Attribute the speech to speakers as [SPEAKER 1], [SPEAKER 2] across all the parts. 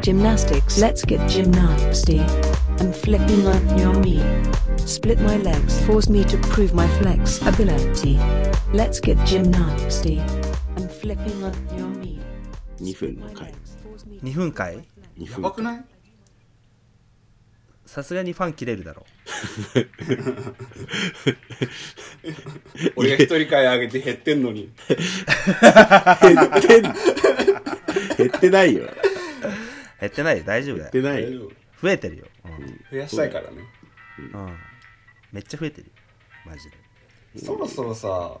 [SPEAKER 1] Gymnastics. Let's get gymnasty. I'm flipping up your knee. Split my legs. Force me to prove my flexibility. Let's get gymnasty. I'm flipping up your knee.
[SPEAKER 2] 2分の回
[SPEAKER 3] 2分回
[SPEAKER 2] 2
[SPEAKER 4] や
[SPEAKER 2] 分
[SPEAKER 4] ばくない
[SPEAKER 3] さすがにファン切れるだろ
[SPEAKER 4] 俺が一人会上げて減ってんのに。
[SPEAKER 2] 減って減ってないよ
[SPEAKER 3] 減ってないよ大丈夫だ
[SPEAKER 2] 減っ
[SPEAKER 3] よ
[SPEAKER 2] てない
[SPEAKER 4] 大
[SPEAKER 2] よ
[SPEAKER 4] 丈夫
[SPEAKER 3] 増えてるよ、
[SPEAKER 4] 増やしたいからね。
[SPEAKER 3] うんうんめっちゃ増えてるよマジで
[SPEAKER 4] そろそろさ、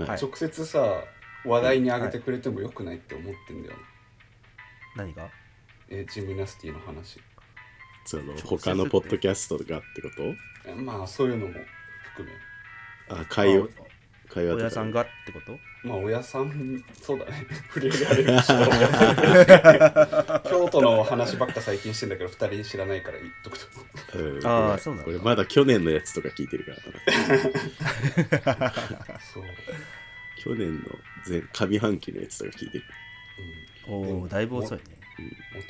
[SPEAKER 2] い
[SPEAKER 4] 直接さ、話題に上げてくれてもよくないって思ってんだよ。
[SPEAKER 3] 何が
[SPEAKER 4] えジムナスティの話。
[SPEAKER 2] その他のポッドキャストがってこと
[SPEAKER 4] えまあ、そういうのも含め。
[SPEAKER 2] あ会話会話
[SPEAKER 3] 親
[SPEAKER 2] と
[SPEAKER 3] さん
[SPEAKER 2] か
[SPEAKER 3] がってこと
[SPEAKER 4] まあ、親さん、そうだね。 振り上げられるし。京都の話ばっか最近してんだけど、二人知らないから言っとく と。
[SPEAKER 2] うん
[SPEAKER 3] あーそうなんだ
[SPEAKER 2] 俺まだ去年のやつとか聞いてるからな
[SPEAKER 4] そう。
[SPEAKER 2] 去年の前上半期のやつとか聞いてる
[SPEAKER 3] おおだいぶ遅いね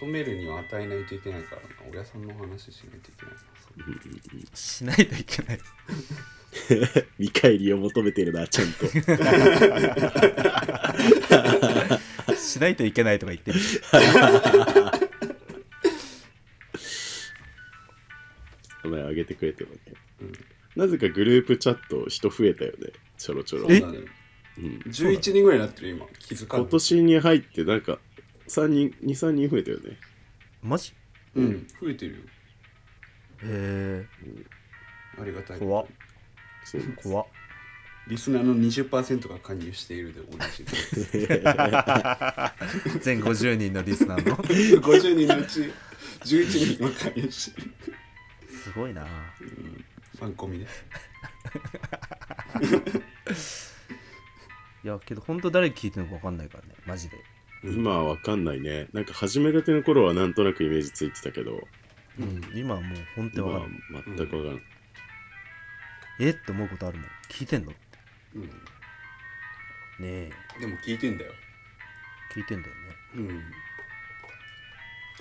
[SPEAKER 4] 求めるには与えないといけないからな。親さんの話しないといけないな。
[SPEAKER 3] しないといけない
[SPEAKER 2] 見返りを求めてるなちゃんと
[SPEAKER 3] しないといけないとか言ってる
[SPEAKER 2] 名前あげてくれてもね、なぜかグループチャット人増えたよねちょろちょろ
[SPEAKER 4] そうだね。
[SPEAKER 2] うん
[SPEAKER 4] 11人ぐらいになってる今気づかな
[SPEAKER 2] 今
[SPEAKER 4] い
[SPEAKER 2] 年に入ってなんか3人23人増えたよね
[SPEAKER 3] マジ
[SPEAKER 4] うん増えてるよ
[SPEAKER 3] へ
[SPEAKER 4] ありがた
[SPEAKER 3] え
[SPEAKER 4] い
[SPEAKER 3] 怖っ
[SPEAKER 2] そう
[SPEAKER 3] 怖っ
[SPEAKER 4] リスナーの20%が加入しているで同じ
[SPEAKER 3] 全50人のリスナ ーの
[SPEAKER 4] 50人のうち11人が加入している
[SPEAKER 3] すごいな
[SPEAKER 4] ファンコミで
[SPEAKER 3] いやけど本当誰聞いてるのか分かんないからねマジで
[SPEAKER 2] 今はわかんないねなんか始めたての頃はなんとなくイメージついてたけど
[SPEAKER 3] うん今はもう本当
[SPEAKER 2] 今
[SPEAKER 3] に分
[SPEAKER 2] は
[SPEAKER 3] かんない
[SPEAKER 2] 全くわからんない、
[SPEAKER 3] えって思うことあるもん聞いてんのって
[SPEAKER 4] うん
[SPEAKER 3] ねえ
[SPEAKER 4] でも聞いてんだよ
[SPEAKER 3] 聞いてんだよね
[SPEAKER 4] うん
[SPEAKER 3] だ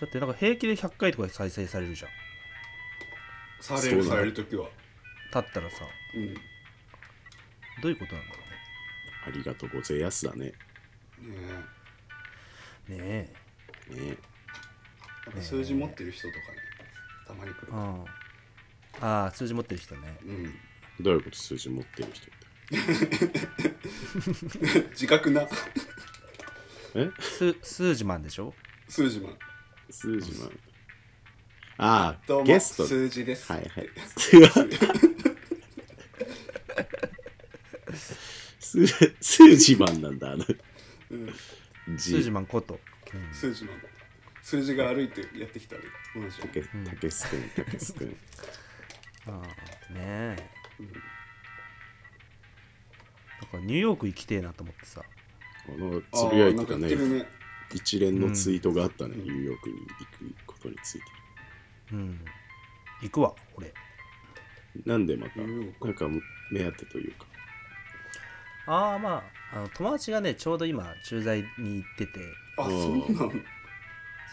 [SPEAKER 3] ってなんか平気で100回とか再生されるじゃん
[SPEAKER 4] さ
[SPEAKER 2] そうだ
[SPEAKER 4] れ
[SPEAKER 2] ね
[SPEAKER 4] るされる時は
[SPEAKER 3] 立ったらさ
[SPEAKER 4] うん
[SPEAKER 3] どういうことなんだろ
[SPEAKER 2] ありがとうございますだね
[SPEAKER 4] ね
[SPEAKER 3] うねねえ
[SPEAKER 2] ね
[SPEAKER 4] えやっぱ数字持ってる人とかねたまに来るか
[SPEAKER 3] あああ数字持ってる人ね
[SPEAKER 4] らうん
[SPEAKER 2] どういうこと数字持ってる人って
[SPEAKER 4] 自覚な
[SPEAKER 2] え
[SPEAKER 3] す数字マンでしょ
[SPEAKER 4] 数字マン
[SPEAKER 2] 数字マンあ
[SPEAKER 4] ど
[SPEAKER 2] あ
[SPEAKER 4] うも
[SPEAKER 2] ゲスト
[SPEAKER 4] 数字です
[SPEAKER 2] はい はい数数字マンなんだあの
[SPEAKER 4] うん
[SPEAKER 2] 字
[SPEAKER 3] 数字マンこと
[SPEAKER 4] 数字マン数字が歩いてやってきたら同じ
[SPEAKER 2] たけたけすくんたけすくん
[SPEAKER 3] ああねえだからニューヨーク行きてえなと思ってさ
[SPEAKER 2] あの
[SPEAKER 4] あー
[SPEAKER 2] つぶやい
[SPEAKER 4] な
[SPEAKER 2] て
[SPEAKER 4] ん
[SPEAKER 2] た
[SPEAKER 4] か言っ
[SPEAKER 2] ね
[SPEAKER 4] てるね
[SPEAKER 2] 一連のツイートがあったね、ニューヨークに行くことについて
[SPEAKER 3] うん行くわ俺
[SPEAKER 2] なんでまた
[SPEAKER 4] ニューヨーク
[SPEAKER 2] なんか目当てというか
[SPEAKER 3] ああまああの友達がねちょうど今駐在に行ってて
[SPEAKER 4] あ、
[SPEAKER 2] うん
[SPEAKER 4] そうなの。も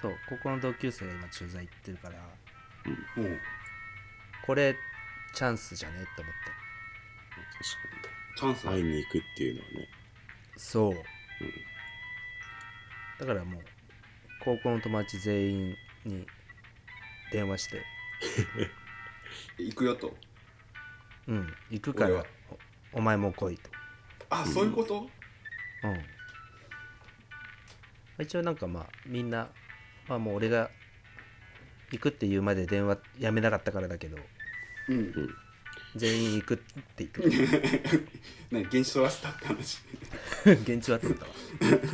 [SPEAKER 3] そうここの同級生が今駐在行ってるから
[SPEAKER 4] う
[SPEAKER 3] これチャンスじゃねって思って
[SPEAKER 4] チャンス
[SPEAKER 2] 確か
[SPEAKER 4] だ
[SPEAKER 2] に会い
[SPEAKER 4] ね。
[SPEAKER 2] に行くっていうのはね
[SPEAKER 3] そう、だからもう高校の友達全員に電話して
[SPEAKER 4] 行くよと。
[SPEAKER 3] 「うん行くか
[SPEAKER 4] 俺
[SPEAKER 3] ら
[SPEAKER 4] は
[SPEAKER 3] おお前も来い」と、
[SPEAKER 4] あ、そういうこと。
[SPEAKER 3] うん、一応なんかまあみんな、まあ、もう俺が行くって言うまで電話やめなかったからだけど
[SPEAKER 4] うん。
[SPEAKER 3] 全員行くって言って
[SPEAKER 4] ね、現象はしたって話。
[SPEAKER 3] た現地は取ったわ
[SPEAKER 2] 行く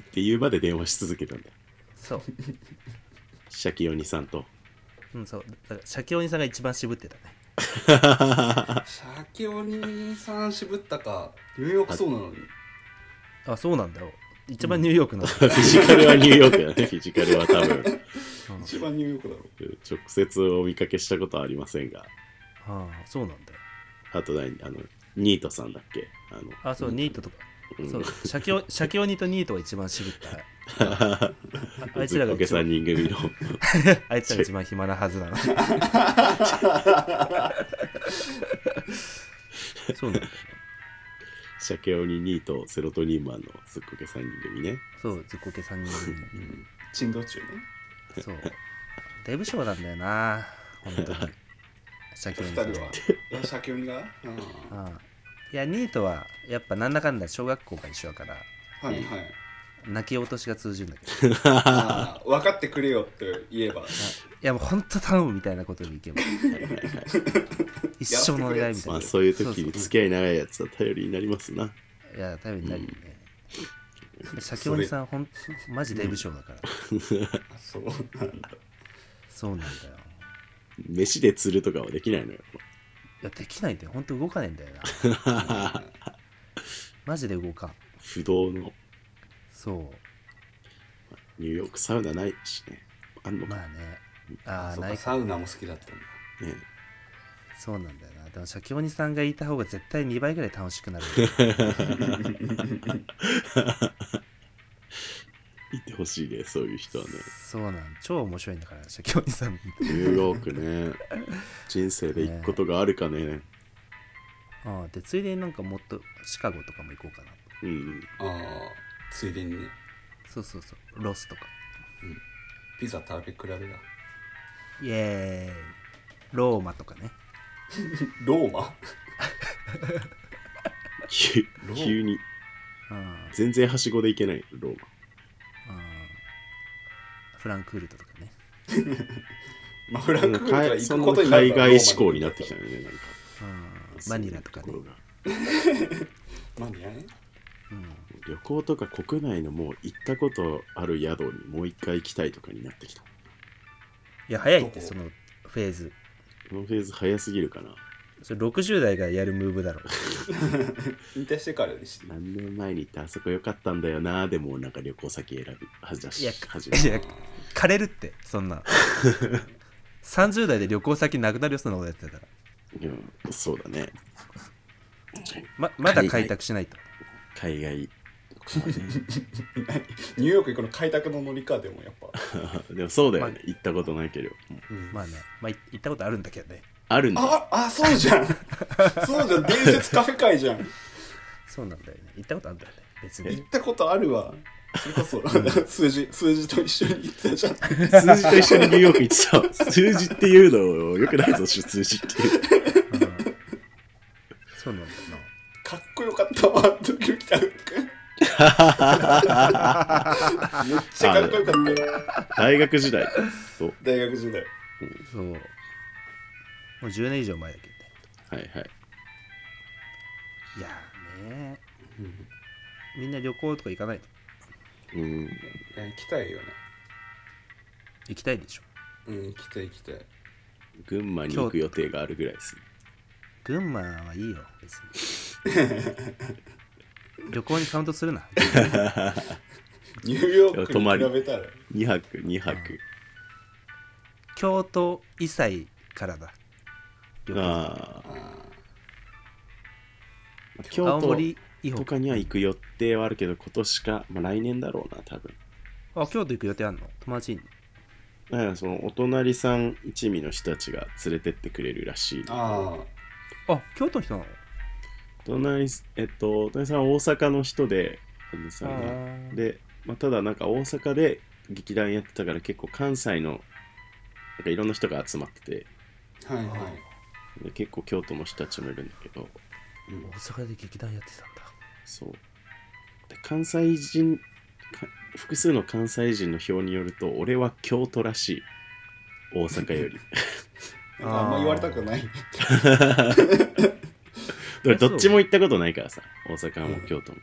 [SPEAKER 2] っていうまで電話し続けたんだよ
[SPEAKER 3] そう、
[SPEAKER 2] シャキヨニさんと
[SPEAKER 3] うん、そうだからシャキお兄さんが一番渋ってたね
[SPEAKER 4] シャキお兄さん渋ったか。ニューヨークそうなのに。
[SPEAKER 3] あそうなんだよ一番ニューヨークの、
[SPEAKER 2] フィジカルはニューヨークだね フィジカルは多分
[SPEAKER 4] 一番ニューヨークだろ
[SPEAKER 2] 直接お見かけしたことはありませんが
[SPEAKER 3] ああそうなんだよ
[SPEAKER 2] あと何あのニートさんだっけあの
[SPEAKER 3] あそうニートとか、
[SPEAKER 2] うん
[SPEAKER 3] そうシャキオシャキオニとニートが一番渋ったああいつらが
[SPEAKER 2] おけ
[SPEAKER 3] 一
[SPEAKER 2] 3
[SPEAKER 3] 番
[SPEAKER 2] 人組の
[SPEAKER 3] あいつらが一番暇なは ずなのそうなんだ
[SPEAKER 2] シャケオニ2とセロトニンマンのずっこけ3人組ね
[SPEAKER 3] そうずっこけ3人組
[SPEAKER 4] 珍道中ね
[SPEAKER 3] そうデブ賞なんだよな本当に社協
[SPEAKER 4] 二
[SPEAKER 3] にさ
[SPEAKER 4] 人
[SPEAKER 3] ん
[SPEAKER 4] はえシャケオニがうん
[SPEAKER 3] ああいやニートはやっぱなんだかんだ小学校が一緒だから
[SPEAKER 4] はいはい
[SPEAKER 3] 泣き落としが通じるんだ けど
[SPEAKER 4] あー分かってくれよって言えば
[SPEAKER 3] いやもうほんと頼むみたいなことに いけば一生のお願いみたい
[SPEAKER 2] ま
[SPEAKER 3] な
[SPEAKER 2] あそういう時
[SPEAKER 3] そ
[SPEAKER 2] に
[SPEAKER 3] うそう
[SPEAKER 2] 付き合い長いやつは頼りになりますない
[SPEAKER 3] や頼りになるよね、社協にさんほんマジデブ賞だから、
[SPEAKER 4] あそう
[SPEAKER 3] そうなんだよ
[SPEAKER 2] 飯で釣るとかはできないのよ
[SPEAKER 3] いやできないんだよほんと動かねえんだよなマジで動かん
[SPEAKER 2] 不動の
[SPEAKER 3] そう
[SPEAKER 2] ニューヨークサウナないしねあんのか
[SPEAKER 3] まあねああ
[SPEAKER 4] そう
[SPEAKER 3] な
[SPEAKER 4] か
[SPEAKER 3] い
[SPEAKER 4] サウナも好きだったんだ
[SPEAKER 2] ね
[SPEAKER 3] そうなんだよなでも社協にさんがいた方が絶対2倍ぐらい楽しくなる
[SPEAKER 2] 行ってほしいねそういう人 はね
[SPEAKER 3] そうなん超面白いんだから社協にさん
[SPEAKER 2] ニューヨークね人生で行くことがあるかね
[SPEAKER 3] ああでついでになんかもっとシカゴとかも行こうかな
[SPEAKER 2] うんうん
[SPEAKER 4] ああついでにね
[SPEAKER 3] そうそうそうロスとか
[SPEAKER 4] ピザ食べ比べだ
[SPEAKER 3] イエーイローマとかね
[SPEAKER 4] ローマ
[SPEAKER 2] 急
[SPEAKER 4] ローマ
[SPEAKER 2] 急に
[SPEAKER 3] うん
[SPEAKER 2] 全然はしごで行けないローマ
[SPEAKER 3] うんフランクフルトとかね
[SPEAKER 4] まあフランクフルトは行
[SPEAKER 2] そ
[SPEAKER 4] く
[SPEAKER 2] の
[SPEAKER 4] ことになる
[SPEAKER 2] 海
[SPEAKER 4] から
[SPEAKER 2] 外志向になってきた
[SPEAKER 4] ロ
[SPEAKER 2] よねなんか
[SPEAKER 3] うんマニラとかね
[SPEAKER 2] そういうころが
[SPEAKER 4] ーマにまあね
[SPEAKER 3] うん
[SPEAKER 2] 旅行とか国内のもう行ったことある宿にもう一回行きたいとかになってきた
[SPEAKER 3] いや早いって
[SPEAKER 4] どこ
[SPEAKER 3] そのフェーズ
[SPEAKER 2] このフェーズ早すぎるかな
[SPEAKER 3] それ60代がやるムーブだろ
[SPEAKER 4] 引退してからにして
[SPEAKER 2] 何年前に行ったあそこ良かったんだよなでもなんか旅行先選びはじゃ
[SPEAKER 3] いや
[SPEAKER 2] し始め
[SPEAKER 3] いや枯れるってそん な30代で旅行先なくなるよそんなことやってたら
[SPEAKER 2] うんそうだね
[SPEAKER 3] ままだ開拓しないと
[SPEAKER 2] 海外
[SPEAKER 4] ニューヨーク行くの開拓の乗りかでもやっぱ
[SPEAKER 2] でもそうだよね、
[SPEAKER 3] ま
[SPEAKER 2] 行ったことないけど
[SPEAKER 3] まあね、まあ、い行ったことあるんだけどね
[SPEAKER 2] あるんだ
[SPEAKER 4] ああそうじゃんそうじゃん伝説カフェ会じゃん
[SPEAKER 3] そうなんだよね行ったことあるんだよね別
[SPEAKER 4] 行
[SPEAKER 3] に
[SPEAKER 4] ったことあるわそれこそ数字数字と一緒に行ったじゃん
[SPEAKER 2] 数字と一緒にニューヨーク行ってた数字っていうのよくないぞ数字っていう
[SPEAKER 3] そうなんだよな
[SPEAKER 4] かっこよかったわドキドキためっちゃかっこよかったよ
[SPEAKER 2] 大学時代と
[SPEAKER 4] 大学時代
[SPEAKER 3] そうもう10年以上前だけどね
[SPEAKER 2] はいはい
[SPEAKER 3] いやーねみんな旅行とか行かないと
[SPEAKER 2] うん
[SPEAKER 4] いや行きたいよね
[SPEAKER 3] 行きたいでしょ
[SPEAKER 4] うん行きたい行きたい
[SPEAKER 2] 群馬に行く予定があるぐらいですね
[SPEAKER 3] 群馬はいいよ別に 旅行にカウントするな
[SPEAKER 4] ニューヨークに比べたら
[SPEAKER 2] 2泊2泊
[SPEAKER 3] 京都以西からだ旅行
[SPEAKER 2] ああまあ京
[SPEAKER 3] 青
[SPEAKER 2] 都
[SPEAKER 3] 森以
[SPEAKER 2] と
[SPEAKER 3] 北
[SPEAKER 2] かには行く予定はあるけど今年か、まあ、来年だろうな多分
[SPEAKER 3] あ京都行く予定あんの友達に
[SPEAKER 2] だからそのお隣さん一味の人たちが連れてってくれるらしい
[SPEAKER 4] あ
[SPEAKER 3] あ京都の人なの
[SPEAKER 2] お隣すえっとお隣さんは大阪の人でお隣さんが
[SPEAKER 3] あー
[SPEAKER 2] で、まあ、ただなんか大阪で劇団やってたから結構関西のなんかいろんな人が集まってて
[SPEAKER 4] あはいはい
[SPEAKER 2] で結構京都の人たちもいるんだけど
[SPEAKER 3] 大阪で劇団やってたんだ
[SPEAKER 2] そうで関西人か複数の関西人の表によると俺は京都らしい大阪 より
[SPEAKER 4] なんかあんま言われたくない
[SPEAKER 2] だからどっちも行ったことないからさ大阪も京都も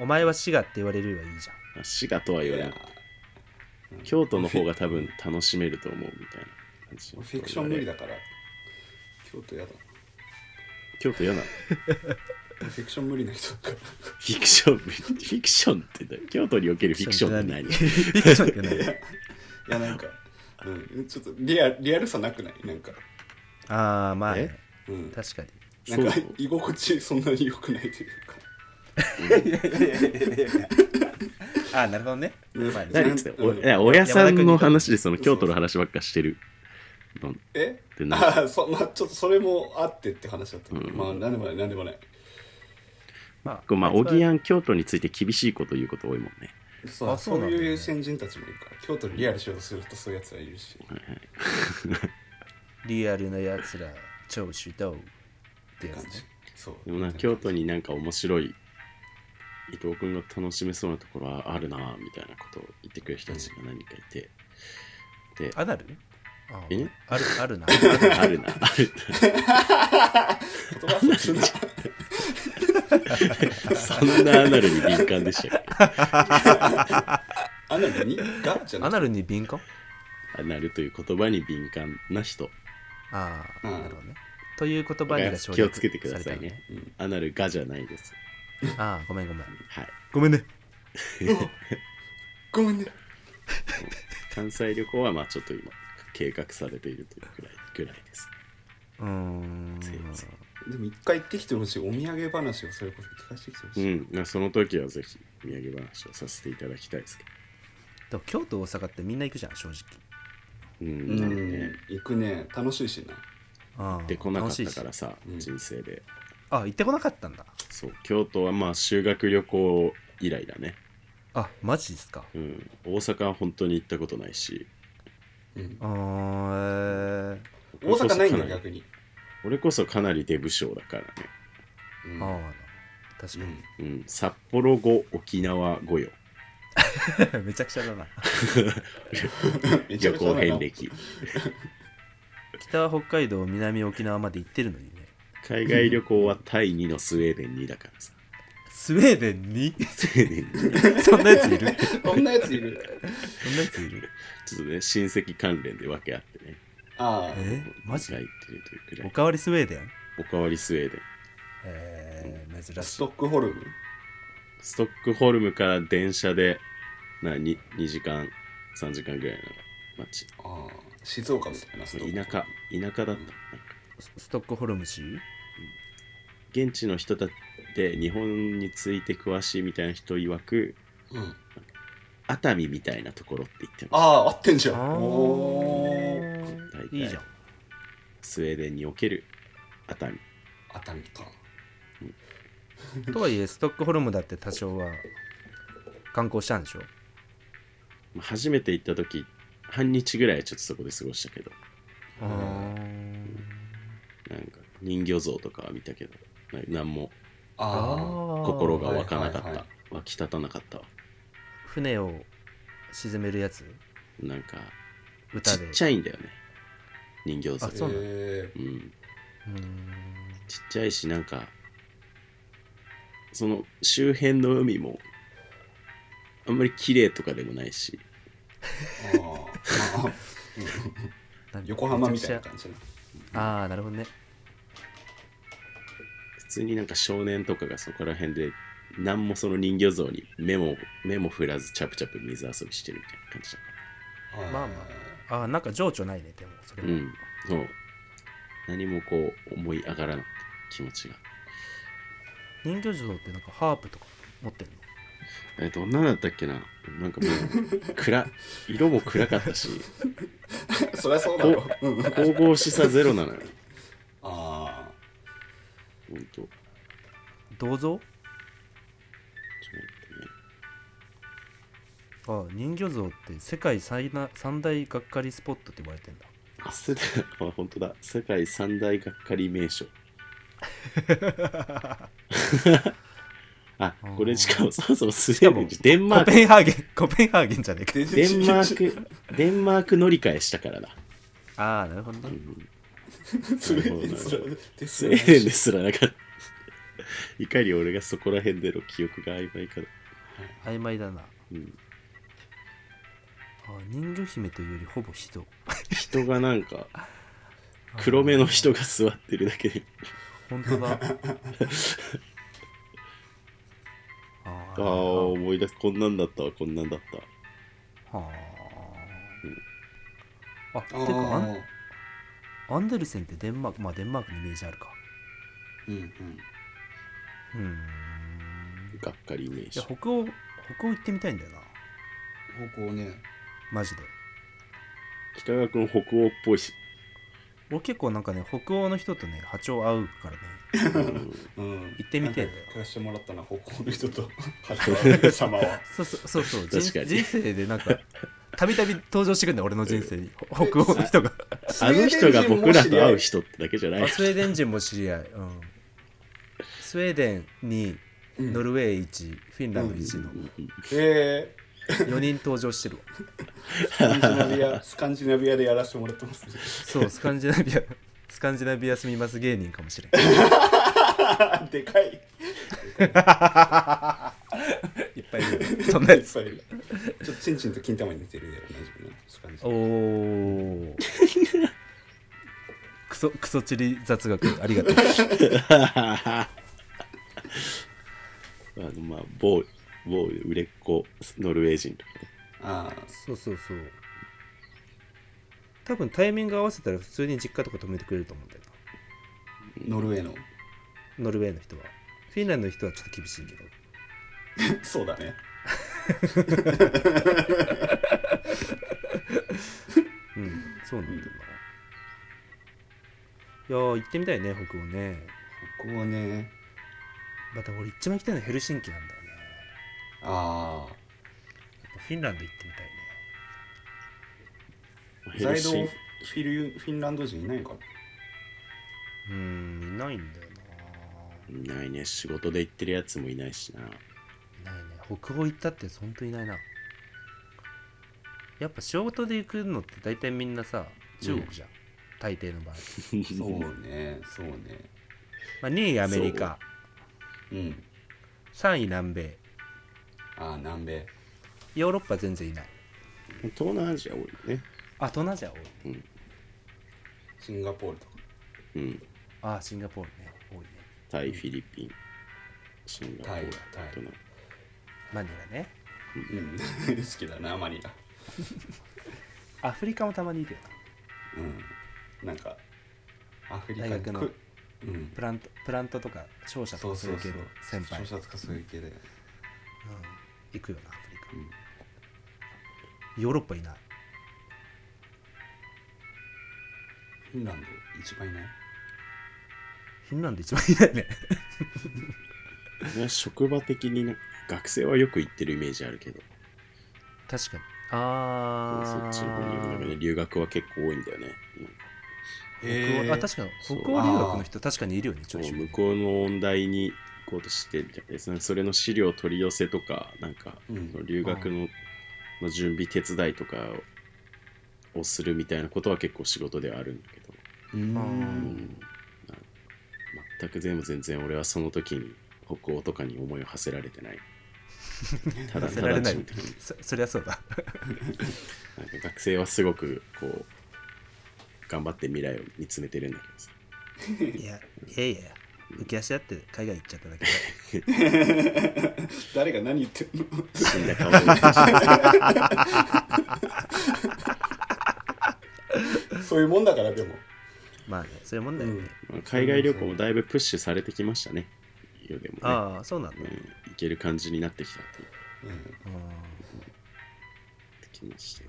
[SPEAKER 3] お前は滋賀って言われるよりはいいじゃん
[SPEAKER 2] まあ滋賀とは言われない京都の方が多分楽しめると思うみたいな感じ
[SPEAKER 4] フィクション無理だから京都やだ
[SPEAKER 2] 京都嫌なの
[SPEAKER 4] フィクション無理な人だから
[SPEAKER 2] フィクション、フィクションって何京都におけるフィクションって何
[SPEAKER 3] フィクションって何
[SPEAKER 4] いやなんか、うん、ちょっとリアリアルさなくないなんか、
[SPEAKER 3] ああまあ、ね、
[SPEAKER 4] うん、
[SPEAKER 3] 確かに
[SPEAKER 4] なんか
[SPEAKER 2] そう
[SPEAKER 4] 居心地そんなに良くないというか
[SPEAKER 3] あなるほどね。
[SPEAKER 4] うん
[SPEAKER 3] まあね
[SPEAKER 2] 何っつって、お
[SPEAKER 4] うん
[SPEAKER 2] いや親さんの話でその京都の話ばっかしてるのっ
[SPEAKER 4] え
[SPEAKER 2] てな
[SPEAKER 4] あそまあちょっとそれもあってって話だった、
[SPEAKER 2] うん
[SPEAKER 4] まあ何でもない何でもない
[SPEAKER 3] ま
[SPEAKER 2] こうまあ、おぎやん京都について厳しいこと言うこと多いもんね。
[SPEAKER 4] そう
[SPEAKER 3] あそうなんだよね
[SPEAKER 4] そういう先人たちもいるから京都にリアルしようとするとそういうやつはいるし
[SPEAKER 3] リアルなやつら、超主導ってや
[SPEAKER 4] 感
[SPEAKER 3] つ
[SPEAKER 4] じ
[SPEAKER 3] ね。
[SPEAKER 4] そう
[SPEAKER 2] でもな、京 都になんか面白い、伊藤君が楽しめそうなところはあるなぁみたいなことを言ってくれる人たちが何人かいて、
[SPEAKER 3] アナルあ
[SPEAKER 2] え
[SPEAKER 3] ある、あるな。
[SPEAKER 2] あるな、ある
[SPEAKER 4] 言葉はそうだ
[SPEAKER 2] な、そんなアナルに敏感でしたっけ
[SPEAKER 4] アナルにがじゃな
[SPEAKER 3] ア
[SPEAKER 4] くて
[SPEAKER 3] ナルに敏感
[SPEAKER 2] アナルという言葉に敏感な人、
[SPEAKER 3] ああ、
[SPEAKER 4] うん
[SPEAKER 3] なるほどね。という言葉にが省略
[SPEAKER 2] 気をつけてください
[SPEAKER 3] れ
[SPEAKER 2] ね。アナルがじゃないです。
[SPEAKER 3] たのね。ああ、ごめんごめん。
[SPEAKER 2] はい。
[SPEAKER 3] ごめんね。
[SPEAKER 4] ごめんね
[SPEAKER 2] 関西旅行はまあちょっと今、計画されているというくらいぐらいです。
[SPEAKER 3] うーん。
[SPEAKER 2] せいぜ
[SPEAKER 4] でも一回行ってきてほしいお土産話をそれこそ聞かせてきてほ
[SPEAKER 2] う
[SPEAKER 4] しい、
[SPEAKER 2] ん、まあその時はぜひ、お土産話をさせていただきたいですけ
[SPEAKER 3] でも京都、大阪ってみんな行くじゃん、正直。
[SPEAKER 2] ど。うん、
[SPEAKER 4] うん
[SPEAKER 2] なるほどね。
[SPEAKER 4] 行くね楽しいしな
[SPEAKER 3] ああ
[SPEAKER 2] でこなかっ
[SPEAKER 3] 楽しい
[SPEAKER 2] た
[SPEAKER 3] し
[SPEAKER 2] からさ、
[SPEAKER 4] うん
[SPEAKER 2] 人生で
[SPEAKER 3] あ行ってこなかったんだ。
[SPEAKER 2] そう京都はまあ修学旅行以来だね、
[SPEAKER 3] あマジですか。
[SPEAKER 2] うん、大阪は本当に行ったことないし
[SPEAKER 4] うん
[SPEAKER 3] あーえ
[SPEAKER 4] 大阪ないん
[SPEAKER 2] 俺こそか
[SPEAKER 4] だよ
[SPEAKER 2] り
[SPEAKER 4] 逆に、
[SPEAKER 2] 俺こそかなり出不精だからね、
[SPEAKER 4] うん
[SPEAKER 3] ー、ああ確
[SPEAKER 2] うん、札幌語沖縄語よ
[SPEAKER 3] かに。 めちゃくちゃだな。
[SPEAKER 4] うん
[SPEAKER 2] 旅
[SPEAKER 4] めちゃくちゃ
[SPEAKER 2] 行
[SPEAKER 4] だな
[SPEAKER 2] 遍歴
[SPEAKER 3] 北は北海道、南沖縄まで行ってるのにね。
[SPEAKER 2] 海外旅行はタイ2のスウェーデン2だからさ
[SPEAKER 3] スウェーデンに
[SPEAKER 2] スウェーデン2
[SPEAKER 3] そんなやついる
[SPEAKER 4] そんなやついる
[SPEAKER 3] そんなやついる
[SPEAKER 2] ちょっとね親戚関連で分け合ってね
[SPEAKER 4] ああ
[SPEAKER 3] えマジ
[SPEAKER 2] が行ってるというくら
[SPEAKER 3] お
[SPEAKER 2] い
[SPEAKER 3] かわりスウェーデン
[SPEAKER 2] おかわりスウェーデン
[SPEAKER 3] えー、珍
[SPEAKER 4] ス
[SPEAKER 3] しい
[SPEAKER 4] ト。ックホルム
[SPEAKER 2] ストックホルムから電車でな 2, 2時間3時間ぐらいの街
[SPEAKER 4] ああ静岡みたいなストック
[SPEAKER 2] 田舎田舎だった
[SPEAKER 3] スストックホルム市
[SPEAKER 2] 現地の人だって日本について詳しいみたいな人曰く
[SPEAKER 4] うん
[SPEAKER 2] 熱海みたいなところって言ってま
[SPEAKER 4] あ
[SPEAKER 2] す
[SPEAKER 4] あ合ってんじゃ
[SPEAKER 3] あ
[SPEAKER 4] んおー
[SPEAKER 2] 大
[SPEAKER 3] ー
[SPEAKER 2] 体
[SPEAKER 3] いいじゃん。
[SPEAKER 2] スウェーデンにおける熱海
[SPEAKER 4] 熱海か
[SPEAKER 3] とはいえ、ストックホルムだって多少は観光したんでしょ
[SPEAKER 2] まあ初めて行った時半日ぐらいちょっとそこで過ごしたけど
[SPEAKER 3] あー
[SPEAKER 2] なんか人魚像とかは見たけどな何も
[SPEAKER 4] ああ
[SPEAKER 3] ー
[SPEAKER 2] 心が湧かなかっ
[SPEAKER 4] はいはいは
[SPEAKER 2] た湧き立たなかったわ
[SPEAKER 3] 船を沈めるやつ
[SPEAKER 2] なんかち
[SPEAKER 3] 歌
[SPEAKER 2] っ
[SPEAKER 3] で
[SPEAKER 2] ちゃいんだよね人形像
[SPEAKER 3] あそうなんだ
[SPEAKER 4] え
[SPEAKER 2] うん
[SPEAKER 3] うーん
[SPEAKER 2] ちっちゃいしなんかその周辺の海もあんまり綺麗とかでもないし
[SPEAKER 4] ー、あ ーまあうん
[SPEAKER 3] なん
[SPEAKER 4] 横浜みたいな
[SPEAKER 3] めちゃ
[SPEAKER 4] 感じな
[SPEAKER 3] くちゃああなるほどね
[SPEAKER 2] 普通になんか少年とかがそこら辺で何もその人魚像に目も目も振らずチャプチャプ水遊びしてるみたいな感じだか
[SPEAKER 4] はい
[SPEAKER 3] まあまああーなんか情緒ないねでもそれ
[SPEAKER 2] ら
[SPEAKER 3] は、
[SPEAKER 2] うんそう何もこう思い上がらなくて気持ちが
[SPEAKER 3] 人魚像ってなんかハープとか持ってるの
[SPEAKER 2] えどんなだったっけななんかもう暗色も暗かった し
[SPEAKER 4] そりゃそうだ ろ
[SPEAKER 2] こ
[SPEAKER 4] う、うん、
[SPEAKER 2] 神々しさゼロなのよ
[SPEAKER 4] あ
[SPEAKER 2] ほんとちょっと
[SPEAKER 3] 銅像
[SPEAKER 2] 待ってね
[SPEAKER 3] あー人魚像って世界最な三大がっかりスポットって言われてんだ
[SPEAKER 2] あ世界 あ本当だ世界三大がっかり名 所あこれしかもそろそろスウェーデン
[SPEAKER 3] し
[SPEAKER 2] じゃデンマー
[SPEAKER 3] コ
[SPEAKER 2] ク
[SPEAKER 3] ペンハーゲン コペンハーゲンじゃねえか
[SPEAKER 4] ー
[SPEAKER 2] デンマ
[SPEAKER 4] 全然違
[SPEAKER 2] ークデンマーク乗り換えしたからだ、
[SPEAKER 3] ああなるほど
[SPEAKER 2] う
[SPEAKER 3] ね
[SPEAKER 2] ん
[SPEAKER 4] うスウェーデ
[SPEAKER 2] な
[SPEAKER 4] ン
[SPEAKER 2] るほど
[SPEAKER 4] それ
[SPEAKER 2] ス
[SPEAKER 4] です
[SPEAKER 2] ウ
[SPEAKER 4] よ
[SPEAKER 2] ェ
[SPEAKER 4] ね
[SPEAKER 2] ーデンですらなかった いかに俺がそこら辺での記憶が曖昧かだ、
[SPEAKER 3] 曖昧だな
[SPEAKER 2] うん、
[SPEAKER 3] あー人魚姫というよりほぼ人
[SPEAKER 2] 人がなんか黒目の人が座ってるだけで
[SPEAKER 3] 本当だあ
[SPEAKER 2] ああ
[SPEAKER 3] ー
[SPEAKER 2] 思い出すこんなんだったわこんなんだったわ
[SPEAKER 3] はあ。あ、て
[SPEAKER 4] あ
[SPEAKER 3] かアン
[SPEAKER 4] ー、
[SPEAKER 3] アンデルセンってデンマーク、まあデンマークにイメージあるか。
[SPEAKER 4] うんうん、
[SPEAKER 3] うーん。
[SPEAKER 2] がっかり名
[SPEAKER 3] いや、
[SPEAKER 2] 所
[SPEAKER 3] 北欧、北欧行ってみたいんだよな。
[SPEAKER 4] 方向ね
[SPEAKER 3] マジで
[SPEAKER 2] 北川君北欧っぽいし、
[SPEAKER 3] 俺結構なんかね北欧の人とね波長合うからね
[SPEAKER 2] うん
[SPEAKER 4] うん
[SPEAKER 3] 行ってみてえんだよ
[SPEAKER 4] なんか暮らしてもらったな方向の人と八王子様は
[SPEAKER 3] そうそうそう そう
[SPEAKER 2] 確か
[SPEAKER 3] 人
[SPEAKER 2] に
[SPEAKER 3] 人生でなんかたびたび登場してくるんだよ俺の人生に北欧の人が
[SPEAKER 2] あの人が僕らと会う人ってだけじゃない
[SPEAKER 3] あスウェーデン人も知り合い、うん、スウェーデン2
[SPEAKER 4] うん
[SPEAKER 3] ノルウェー1フィンランド1の
[SPEAKER 4] えー
[SPEAKER 3] 4人登場してるわ
[SPEAKER 4] スカンジナビア、スカンジナビアでやらせてもらってます、ね。
[SPEAKER 3] そうスカンジナビ アスカンジナビア住みます芸人かもしれ ん
[SPEAKER 4] でかい。
[SPEAKER 3] いっぱいいるそんなやつ
[SPEAKER 4] いっぱいいるちょっとチンチンと金玉に似てるやろ、ね、自分のスカンジ
[SPEAKER 3] おおクソクソチリ雑学ありがとう
[SPEAKER 2] あのまあ某某売れっ子ノルウェー人とかね
[SPEAKER 4] ああ、
[SPEAKER 3] そうそうそう多分タイミング合わせたら普通に実家とか泊めてくれると思うんだよ
[SPEAKER 4] ノルウェーの。
[SPEAKER 3] なノルウェーの人はフィンランドの人はちょっと厳しいけど
[SPEAKER 4] そうだね。
[SPEAKER 3] うんそうなんだよな、いやー行ってみたいね北欧ね
[SPEAKER 4] ここはね、
[SPEAKER 3] また俺一番行きたいのはヘルシンキなんだよねや
[SPEAKER 4] ああ、
[SPEAKER 3] っぱフィンランド行ってみたいね
[SPEAKER 2] ヘ
[SPEAKER 4] 在
[SPEAKER 2] ルシ
[SPEAKER 4] 道
[SPEAKER 2] ン
[SPEAKER 4] フィルフィンランド人いないのかな。
[SPEAKER 3] うーんいないんだよ
[SPEAKER 2] いないね仕事で行ってるやつもいないしな
[SPEAKER 3] ないね北欧行ったってほんといないなやっぱ仕事で行くのって大体みんなさ中国じゃん、大抵の場合、
[SPEAKER 4] そうね、そうね。
[SPEAKER 3] まあ、2位アメリカ
[SPEAKER 4] うん。
[SPEAKER 3] 3位南米
[SPEAKER 4] ああ、南米。
[SPEAKER 3] ヨーロッパ全然いない
[SPEAKER 2] 東南アジア多いね
[SPEAKER 3] あ東南アジア多い
[SPEAKER 4] シンガポールとか。
[SPEAKER 2] うん
[SPEAKER 3] あシンガポールね多いね
[SPEAKER 2] タイフィリピンシンガポール
[SPEAKER 4] タイタ
[SPEAKER 2] ベト
[SPEAKER 4] イ
[SPEAKER 2] ナム
[SPEAKER 3] マニラね
[SPEAKER 4] うん。好きだな、マニラ。
[SPEAKER 3] アフリカもたまにいるよな
[SPEAKER 4] うん。なんか、アフリカ
[SPEAKER 3] 大学の
[SPEAKER 4] くうん。
[SPEAKER 3] プラントプラントとか商社と
[SPEAKER 4] そう
[SPEAKER 3] かす
[SPEAKER 4] そう
[SPEAKER 3] る系
[SPEAKER 4] そう
[SPEAKER 3] の。先輩
[SPEAKER 4] 小説家そういう系で。
[SPEAKER 3] うん行くよなアフリカ、
[SPEAKER 4] うん
[SPEAKER 3] ヨーロッパいない
[SPEAKER 4] フィンランド一番いない。
[SPEAKER 3] フィンランド一番いないね
[SPEAKER 2] ね職場的になんか学生はよく行ってるイメージあるけど
[SPEAKER 3] 確かに
[SPEAKER 2] そ
[SPEAKER 3] ああ
[SPEAKER 2] っちの方になんかね留学は結構多いんだよね
[SPEAKER 4] へー
[SPEAKER 3] あ確かに
[SPEAKER 2] そ
[SPEAKER 3] 北
[SPEAKER 2] う
[SPEAKER 3] 欧留学の人確かにいるよねち
[SPEAKER 2] そ
[SPEAKER 3] ょ
[SPEAKER 2] う
[SPEAKER 3] いちょい
[SPEAKER 2] 向こうの音大に行こうとしてみたいですそれの資料取り寄せとかなんか、
[SPEAKER 4] うん
[SPEAKER 2] その留学のの準備手伝いとかをするみたいなことは結構仕事ではあるんだけど、
[SPEAKER 4] う
[SPEAKER 3] うん
[SPEAKER 4] ん。
[SPEAKER 2] 全く全部全然俺はその時に北欧とかに思いを馳せられてない ただ
[SPEAKER 3] させ
[SPEAKER 2] た
[SPEAKER 3] ら
[SPEAKER 2] だ
[SPEAKER 3] れない
[SPEAKER 2] 自分的に
[SPEAKER 3] そそりゃそうだ
[SPEAKER 2] なんか学生はすごくこう頑張って未来を見つめてるんだけどさ
[SPEAKER 3] いやいやいやいや浮き足だって海外行っちゃっただけで
[SPEAKER 4] 誰が何言ってんの
[SPEAKER 2] 死んだ 顔で
[SPEAKER 4] そういうもんだからでも、
[SPEAKER 3] まあねそういうもんだよね、
[SPEAKER 2] 海外旅行もだいぶプッシュされてきましたね世でもね
[SPEAKER 3] ああそうなんだ、
[SPEAKER 2] うん行ける感じになってきたっていう
[SPEAKER 4] うん
[SPEAKER 3] うん
[SPEAKER 2] ってきまして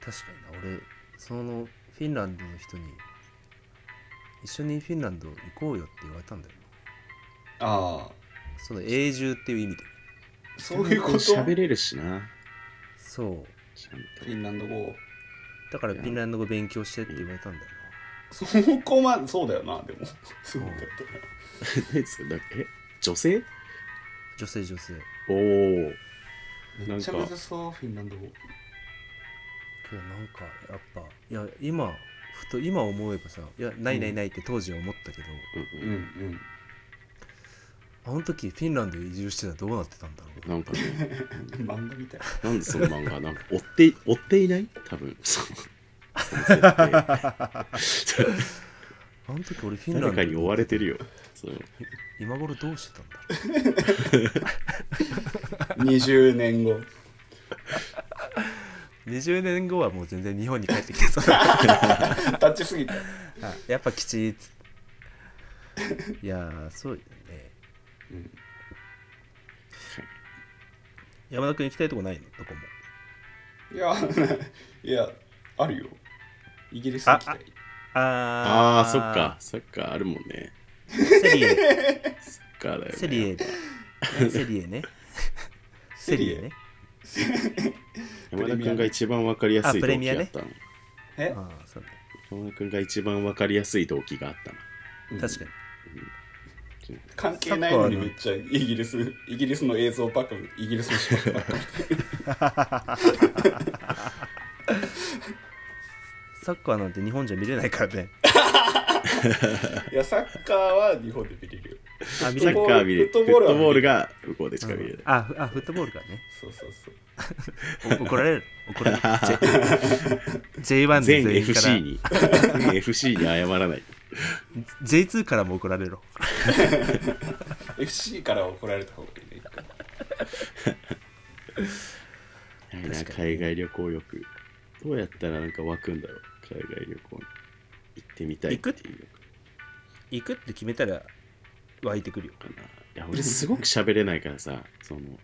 [SPEAKER 3] 確かにな俺そのフィンランドの人に一緒にフィンランド行こうよって言われたんだよ
[SPEAKER 4] ああ
[SPEAKER 3] なその永住っていう意味で
[SPEAKER 4] そういうことフ
[SPEAKER 2] 喋
[SPEAKER 4] ィ
[SPEAKER 2] れるしな
[SPEAKER 3] そう
[SPEAKER 2] ちゃんと
[SPEAKER 4] ンランド語
[SPEAKER 3] だからフィンランド語勉強してって言われたんだよ
[SPEAKER 4] そこまでそうだよなでもそうだった
[SPEAKER 2] 何ですかだえ女性
[SPEAKER 3] な女性女性
[SPEAKER 2] おお
[SPEAKER 4] なめっちゃむずそうフィンランド語
[SPEAKER 3] けどなんかやっぱいや今ふと今思えばさいやないないないって当時は思ったけど、
[SPEAKER 4] うんうん
[SPEAKER 3] あの時フィンランド移住してたらどうなってたんだろう
[SPEAKER 2] なんかね
[SPEAKER 4] 漫画みたい
[SPEAKER 2] なんでその漫画なんか追って追っていない 多分そのその設定
[SPEAKER 3] あの時俺フィン
[SPEAKER 2] 誰
[SPEAKER 3] ラン
[SPEAKER 2] か
[SPEAKER 3] ド
[SPEAKER 2] に追われてるよその
[SPEAKER 3] 今頃どうしてたんだろ
[SPEAKER 4] 20年 後
[SPEAKER 3] う20年後はもう全然日本に帰ってきてそうだ
[SPEAKER 4] タッチすぎた
[SPEAKER 3] あやっぱきちいっつっていやーそうだよね山田君行きたいとこないのどこも
[SPEAKER 4] いやいやあるよイギリス行きたい
[SPEAKER 3] あ
[SPEAKER 2] あー、そっか。サッカーあるもんね。
[SPEAKER 3] セリ エ
[SPEAKER 2] サッカーだよ、ね。
[SPEAKER 3] セリエだセリエねセリエね
[SPEAKER 2] 山田君が一番わかりやすい
[SPEAKER 3] あプ
[SPEAKER 2] 動
[SPEAKER 3] レ
[SPEAKER 2] 機
[SPEAKER 3] ミア
[SPEAKER 2] があ
[SPEAKER 3] ね
[SPEAKER 2] ったの。
[SPEAKER 4] え
[SPEAKER 3] ああそうね
[SPEAKER 2] 山田君が一番わかりやすい動機があったの。
[SPEAKER 3] 確かに
[SPEAKER 4] 関係ないのにめっちゃイギリスイギリスの映像ばっかイギリスの芝ばっか
[SPEAKER 3] サッカーなんて日本じゃ見れないからね
[SPEAKER 4] いやサッカーは日本で見れるよ
[SPEAKER 3] あ見
[SPEAKER 2] サ
[SPEAKER 3] れ
[SPEAKER 4] そ
[SPEAKER 3] る
[SPEAKER 2] ッカーは見れる。フ
[SPEAKER 4] フッ
[SPEAKER 2] ッ
[SPEAKER 4] トボールは
[SPEAKER 2] トボールが向こうでしか見れない。
[SPEAKER 3] ああフットボールからね
[SPEAKER 4] そうそうそう
[SPEAKER 3] お怒られる 怒られる J- J1 の全
[SPEAKER 2] 全
[SPEAKER 3] 員から
[SPEAKER 2] FC に、全 FC に謝らない。
[SPEAKER 3] J2 からも怒られろ
[SPEAKER 4] FC からは怒られた方がいいね
[SPEAKER 2] ないな
[SPEAKER 3] 確かに
[SPEAKER 2] 海外旅行欲。どうやったらなんか湧くんだろう。海外旅行に行ってみたいっていう
[SPEAKER 3] 行くって決めたら湧いてくるよ
[SPEAKER 2] のかな。いや、俺すごく喋れないからさ、 その、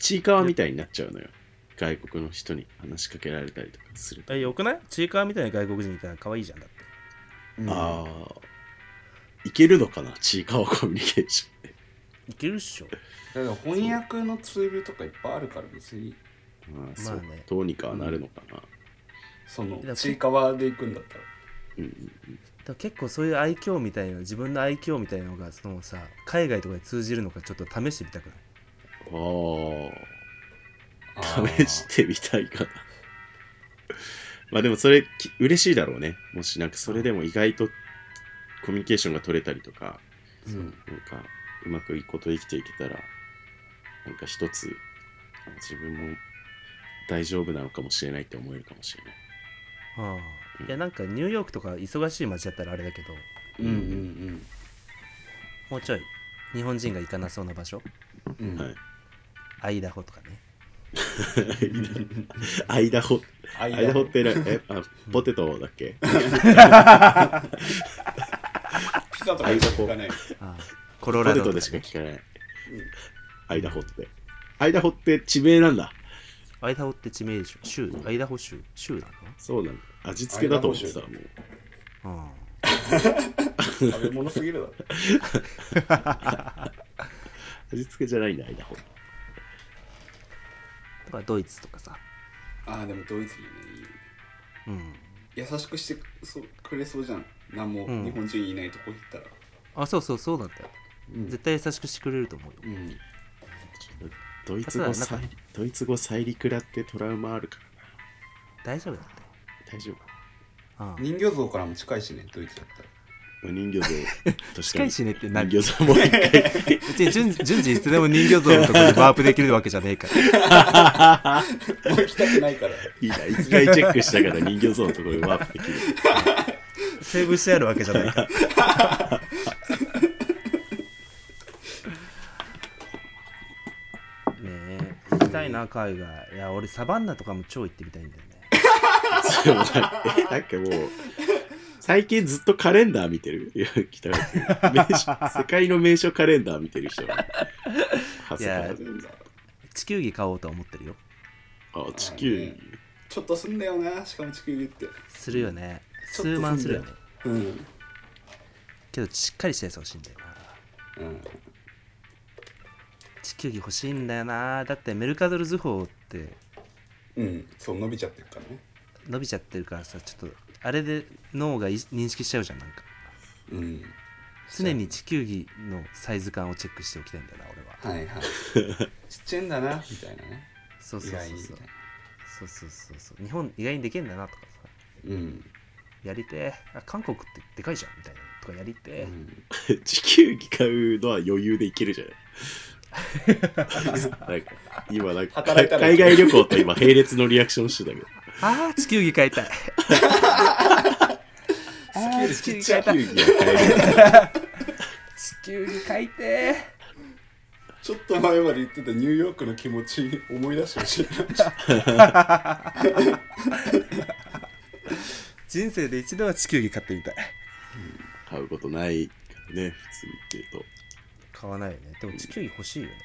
[SPEAKER 2] ちいかわみたいになっちゃうのよ。外国の人に話しかけられたりとかすると。
[SPEAKER 3] えよくないちいかわみたいな外国人いたら可愛いじゃんだって
[SPEAKER 2] ああ、いけるのかな、ちいかわコミュニケーション。
[SPEAKER 3] いけるっしょ
[SPEAKER 4] だから翻訳のツールとかいっぱいあるから別に
[SPEAKER 2] まあ、
[SPEAKER 3] ま
[SPEAKER 2] そ
[SPEAKER 3] あ
[SPEAKER 2] う
[SPEAKER 3] ね
[SPEAKER 2] どうにかはなるのかな。
[SPEAKER 4] そ
[SPEAKER 3] いや
[SPEAKER 4] のちいかわで行くんだったら
[SPEAKER 2] うん、
[SPEAKER 3] だから結構そういう愛嬌みたいな自分の愛嬌みたいなのがそのさ海外とかで通じるのかちょっと試してみたくない
[SPEAKER 2] あ
[SPEAKER 4] あ
[SPEAKER 2] あ、
[SPEAKER 4] ー
[SPEAKER 2] 試してみたいかな。まあでもそれき嬉しいだろうね。もしなんかそれでも意外とコミュニケーションが取れたりとか、
[SPEAKER 4] うん
[SPEAKER 2] なんかうまくいくこと生きていけたら、なんか一つあの自分も大丈夫なのかもしれないって思えるかもしれない。
[SPEAKER 3] ああいやなんかニューヨークとか忙しい街だったらあれだけど
[SPEAKER 4] うんうん
[SPEAKER 3] もうちょい日本人が行かなそうな場所
[SPEAKER 4] うんうん
[SPEAKER 2] はい。
[SPEAKER 3] アイダホとかね
[SPEAKER 2] アイダホ。ア
[SPEAKER 4] アイダホ
[SPEAKER 2] イダホってなえあポテトだっけ
[SPEAKER 4] ピザとかしか行かない
[SPEAKER 3] ああコロ
[SPEAKER 2] ポ
[SPEAKER 3] ラ
[SPEAKER 2] テ
[SPEAKER 3] ド
[SPEAKER 2] ト
[SPEAKER 3] とか
[SPEAKER 2] で
[SPEAKER 3] ね
[SPEAKER 2] しか聞かない。アイダホって。アイダホって地名なんだ。
[SPEAKER 3] アイダホって地名でしょ州アイダホ州州なの
[SPEAKER 2] そうなんだ。味付けだと思ってた。もう
[SPEAKER 3] あ
[SPEAKER 4] 食べ物すぎるだろ
[SPEAKER 2] 味付けじゃないんだ、アイダホ。
[SPEAKER 3] あとかドイツとかさ
[SPEAKER 4] ああでもドイツもねいいよね
[SPEAKER 3] うん
[SPEAKER 4] 優しくしてそうくれそうじゃん何も
[SPEAKER 3] うん
[SPEAKER 4] 日本人いないとこ行ったら
[SPEAKER 3] あそうそうそうなんだよ
[SPEAKER 4] うん
[SPEAKER 3] 絶対優しくしてくれると思うよ
[SPEAKER 4] うん
[SPEAKER 2] ドイツ語
[SPEAKER 3] ただ
[SPEAKER 2] 再
[SPEAKER 3] なん
[SPEAKER 2] ドイツ語再陸らってトラウマあるからな。
[SPEAKER 3] 大丈夫だって
[SPEAKER 2] 大丈夫か
[SPEAKER 3] ああ
[SPEAKER 4] 人形像からも近いしねドイツだったら
[SPEAKER 2] お人形像確かに。
[SPEAKER 3] 近いしねって何
[SPEAKER 2] 人形像もう一回。
[SPEAKER 3] 別に順順次いつでも人形像のところでワープできるわけじゃねえから
[SPEAKER 4] もう行きたくないから
[SPEAKER 2] いいな、一回チェックしたから人形像のところにワープできる。
[SPEAKER 3] セーブしてあるわけじゃない からねえ行きたいな海外いや俺サバンナとかも超行ってみたいんだよね
[SPEAKER 2] それもないえ、なんかもう、最近ずっとカレンダー見てるいや、北川君名所世界の名所カレンダー見てる人が。恥ずかしい。
[SPEAKER 3] 地球儀買おうとは思ってるよ
[SPEAKER 2] あ、地球
[SPEAKER 4] あのねちょっとすんだよなしかも地球儀って
[SPEAKER 3] するよね
[SPEAKER 4] ちょっと
[SPEAKER 3] 数万するよね
[SPEAKER 4] すうん、うん、
[SPEAKER 3] けどしっかりしたやつ欲しいんだよな地球儀欲しいんだよなだってメルカドル図法って
[SPEAKER 4] うん、そう伸びちゃってるからね
[SPEAKER 3] 伸びちゃってるからさちょっとあれで脳がい認識しちゃうじゃんなんか
[SPEAKER 4] うん
[SPEAKER 3] 常に地球儀のサイズ感をチェックしておきたいんだよな俺は
[SPEAKER 4] はいはいちっちゃいんだなみたいなね
[SPEAKER 3] そう
[SPEAKER 4] 意
[SPEAKER 3] そうそう
[SPEAKER 4] 外にみ
[SPEAKER 3] そ
[SPEAKER 4] た
[SPEAKER 3] う
[SPEAKER 4] いな
[SPEAKER 3] そうそうそうそう日本意外にできるんだなとかさ
[SPEAKER 4] うん、
[SPEAKER 3] やりてえあ韓国ってでかいじゃんみたいなとかやりてえ、
[SPEAKER 4] う ん、
[SPEAKER 2] 地球儀買うのは余裕でいけるじゃ ないなんか今なんか
[SPEAKER 4] 働いたら
[SPEAKER 2] 海外旅行と今並列のリアクションしてたけど
[SPEAKER 3] あ あ地球儀買いたいあー地球儀買いたい
[SPEAKER 2] 地球儀は買える
[SPEAKER 3] 地球儀買いてえ
[SPEAKER 4] ちょっと前まで言ってたニューヨークの気持ち思い出してほしい
[SPEAKER 3] 人生で一度は地球儀買ってみたい
[SPEAKER 2] 買うことないからね普通に言ってると
[SPEAKER 3] 買わないよねでも地球儀欲しいよねやっ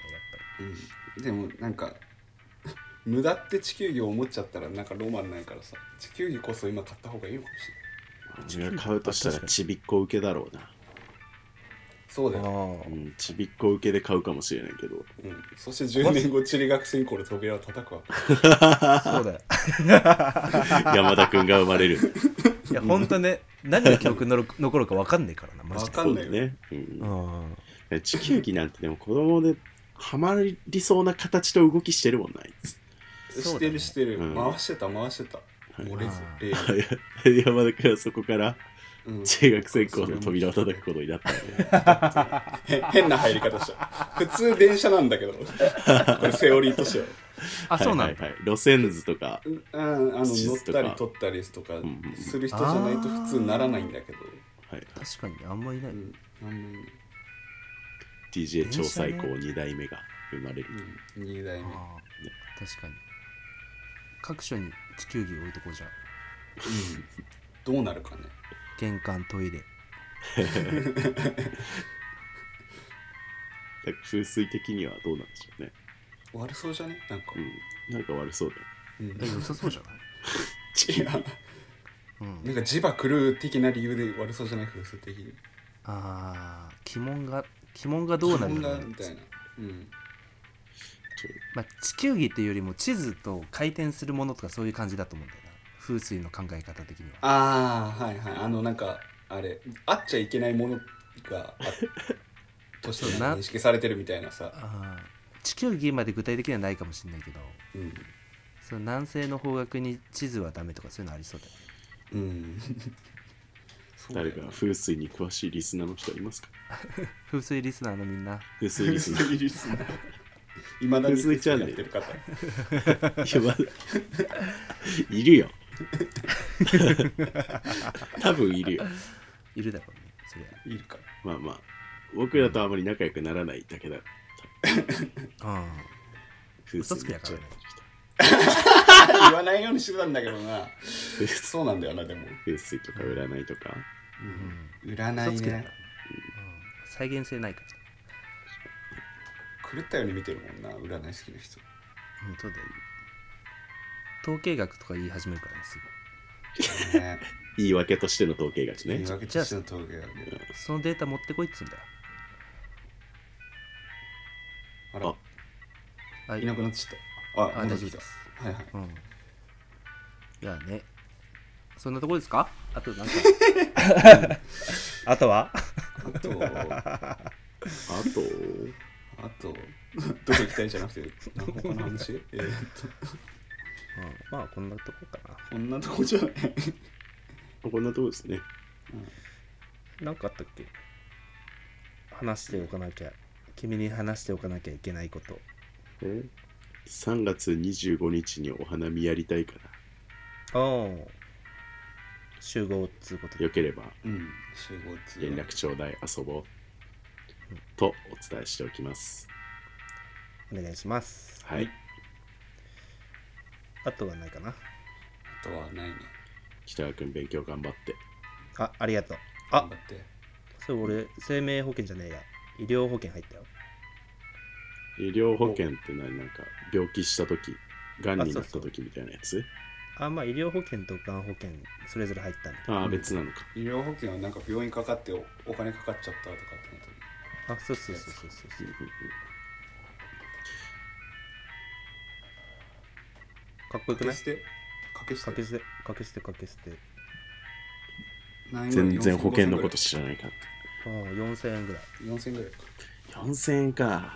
[SPEAKER 3] ぱり
[SPEAKER 4] うんでもなんか無駄って地球儀を思っちゃったらなんかロマンないからさ地球儀こそ今買った方がいいのかもしれない
[SPEAKER 2] 俺が買うとしたらちびっこ受けだろうな、
[SPEAKER 4] そうだよ、
[SPEAKER 3] あ
[SPEAKER 2] う。ん、ちびっこ受けで買うかもしれないけど
[SPEAKER 4] うん、そして10年後地理学生にこれ扉を叩くわ
[SPEAKER 3] そうだよ。
[SPEAKER 2] 山田君が生まれる
[SPEAKER 3] いや、ほんとね、何が記憶に 残るか分かんないからな、マジ
[SPEAKER 4] わ
[SPEAKER 3] で。
[SPEAKER 4] かんないよ、
[SPEAKER 2] そうだね、うん
[SPEAKER 3] うん。
[SPEAKER 2] 地球儀なんてでも子供でハマりそうな形と動きしてるもんなあいつ
[SPEAKER 3] そうだね
[SPEAKER 4] してるしてる、
[SPEAKER 2] うん
[SPEAKER 4] 回してた回してた折れず
[SPEAKER 3] あ
[SPEAKER 4] 例に
[SPEAKER 2] 山田君はそこから
[SPEAKER 4] うん
[SPEAKER 2] 中学生校の扉を叩くことになったよね
[SPEAKER 4] へ変な入り方した普通電車なんだけ どこれセオリーとしては
[SPEAKER 3] あ、そうな
[SPEAKER 2] は
[SPEAKER 3] んだ。
[SPEAKER 2] いはいはい、路線図とか
[SPEAKER 4] うんあの
[SPEAKER 2] 地
[SPEAKER 4] 乗っ
[SPEAKER 2] 図とか
[SPEAKER 4] たり取ったりとか
[SPEAKER 2] んうん
[SPEAKER 4] する人じゃないと普通ならないんだけど、
[SPEAKER 2] はいはい
[SPEAKER 3] 確かに、あんまいな
[SPEAKER 4] う
[SPEAKER 3] い。
[SPEAKER 4] んあんま
[SPEAKER 2] DJ 超最高2代目が生まれる、
[SPEAKER 4] り、うん、2代目
[SPEAKER 3] ああ確かに各所に地球儀置いとこうじゃん
[SPEAKER 4] どうなるかね
[SPEAKER 3] 玄関トイレ
[SPEAKER 2] だから風水的にはどうなんでしょうね、
[SPEAKER 4] 悪そうじゃねなんか、
[SPEAKER 2] うん、なんか悪そうだよ
[SPEAKER 4] うん
[SPEAKER 3] え良さそうじゃない、
[SPEAKER 4] いや
[SPEAKER 3] うん、
[SPEAKER 4] なんか磁場狂う的な理由で悪そうじゃない風水的に
[SPEAKER 3] ああ鬼門が鬼門がどうなる
[SPEAKER 4] ん
[SPEAKER 3] んだろ
[SPEAKER 4] だ
[SPEAKER 3] うね
[SPEAKER 4] みたいなうん
[SPEAKER 3] まあ、地球儀っていうよりも地図と回転するものとかそういう感じだと思うんだよな風水の考え方的には
[SPEAKER 4] ああはいはいあのなんかあれあっちゃいけないものがあとしてなんか認識されてるみたいなさ、
[SPEAKER 3] あー地球儀まで具体的にはないかもしれないけど
[SPEAKER 4] うん
[SPEAKER 3] その南西の方角に地図はダメとかそういうのありそうだよね
[SPEAKER 4] うん、そうだよ
[SPEAKER 2] 誰
[SPEAKER 4] ね
[SPEAKER 2] か風水に詳しいリスナーの人いますか
[SPEAKER 3] 風水リスナーのみんな
[SPEAKER 2] 風水リスナー
[SPEAKER 4] リ スナーいまだに
[SPEAKER 2] 風水チャンネ
[SPEAKER 4] やっ
[SPEAKER 2] ル
[SPEAKER 4] てる方
[SPEAKER 2] いやまだ いるよ多分いるよ
[SPEAKER 3] いるだろうねそりゃ
[SPEAKER 4] いるか
[SPEAKER 2] まあまあ僕らとあまり仲良くならないだけだ
[SPEAKER 3] あ
[SPEAKER 2] 風
[SPEAKER 3] 嘘つきだからね
[SPEAKER 4] 言わないようにしてたんだけどなそうなんだよなでも
[SPEAKER 2] 風水とか占いとか
[SPEAKER 3] うん
[SPEAKER 4] 占
[SPEAKER 3] 嘘
[SPEAKER 4] い
[SPEAKER 3] つきだから
[SPEAKER 4] ね
[SPEAKER 3] ね、うん、再現性ないから
[SPEAKER 4] 狂ったように見てるもんな占い好きな人
[SPEAKER 3] 本当だよ統計学とか言い始めるからねす
[SPEAKER 4] ね
[SPEAKER 2] 言い訳としての統計学
[SPEAKER 4] 言
[SPEAKER 2] ね
[SPEAKER 4] い訳としての峠がね
[SPEAKER 3] ぐそのデータ持ってこいっつうんだよ
[SPEAKER 4] あら
[SPEAKER 3] はい
[SPEAKER 4] いなくなっちゃったあ
[SPEAKER 3] あ
[SPEAKER 4] 戻
[SPEAKER 3] 大
[SPEAKER 4] って
[SPEAKER 3] 丈夫
[SPEAKER 4] きた
[SPEAKER 3] です
[SPEAKER 4] はいはい
[SPEAKER 3] うんじゃあねそんなところですかあとなんか あとは
[SPEAKER 4] あとあ
[SPEAKER 2] あと
[SPEAKER 4] とどこ行きたいじゃなくてな他の話 えーっと
[SPEAKER 3] うんまあこんなとこか
[SPEAKER 4] こんなとこじゃない
[SPEAKER 2] こんなとこですね
[SPEAKER 3] ななんかあったっけ話しておかなきゃ君に話しておかなきゃいけないこと
[SPEAKER 2] え3月25日にお花見やりたいから
[SPEAKER 3] ああ集合っつうことで
[SPEAKER 2] よければ
[SPEAKER 4] うん集合通
[SPEAKER 2] 連絡ちょうだい遊ぼうとお伝えしておきます
[SPEAKER 3] お願いします
[SPEAKER 2] はい
[SPEAKER 3] あとはないかな
[SPEAKER 4] あとはないね
[SPEAKER 2] 北川君勉強頑張って
[SPEAKER 3] あありがとう
[SPEAKER 4] 頑
[SPEAKER 3] あ
[SPEAKER 4] 張って
[SPEAKER 3] そう俺生命保険じゃねえや医療保険入ったよ
[SPEAKER 2] 医療保険って何なんか病気した時がんになった時みたいなやつ
[SPEAKER 3] あまあ医療保険とがん保険それぞれ入ったんだけど
[SPEAKER 2] ああ別なのか
[SPEAKER 4] 医療保険はなんか病院かかっておお金かかっちゃったとかってなったの
[SPEAKER 3] あそうそうそうそうそうそうかっこよくな
[SPEAKER 4] 掛け
[SPEAKER 3] い
[SPEAKER 4] 捨て掛け捨
[SPEAKER 3] かけ
[SPEAKER 4] て
[SPEAKER 3] 捨てかけ捨てかけ捨て
[SPEAKER 2] 全然保険のこと知らないから
[SPEAKER 3] ああ4000円ぐらい
[SPEAKER 4] 4000ぐらいか
[SPEAKER 2] 4000円か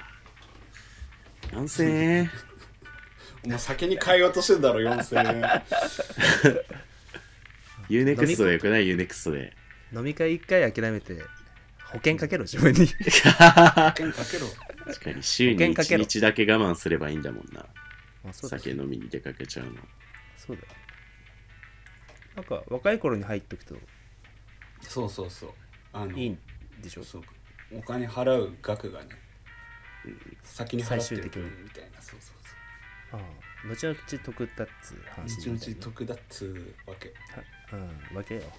[SPEAKER 2] 4000円
[SPEAKER 4] お前先に買い落としてんだろ4000円
[SPEAKER 2] UNEXT でよくない UNEXT で
[SPEAKER 3] 飲み会1回諦めて保険かけろ自分に
[SPEAKER 4] 保険かけろ
[SPEAKER 2] 確かに週に
[SPEAKER 3] 保険かけ
[SPEAKER 2] 1
[SPEAKER 3] ろ
[SPEAKER 2] 日だけ我慢すればいいんだもんな
[SPEAKER 3] あそうだ
[SPEAKER 2] 酒飲みに出かけちゃうの
[SPEAKER 3] そうだよなんか若い頃に入っとくと
[SPEAKER 4] そうそうそうあの
[SPEAKER 3] いいんでしょ
[SPEAKER 4] そうお金払う額がね、先に払って
[SPEAKER 3] 最終
[SPEAKER 4] る
[SPEAKER 3] 的に
[SPEAKER 4] みたいなそうそうそ
[SPEAKER 3] ああ後々得だっつう
[SPEAKER 4] う
[SPEAKER 3] 話
[SPEAKER 4] 一
[SPEAKER 3] みたい
[SPEAKER 4] 日
[SPEAKER 3] な
[SPEAKER 4] 得だっつうわけ
[SPEAKER 3] うんわけよ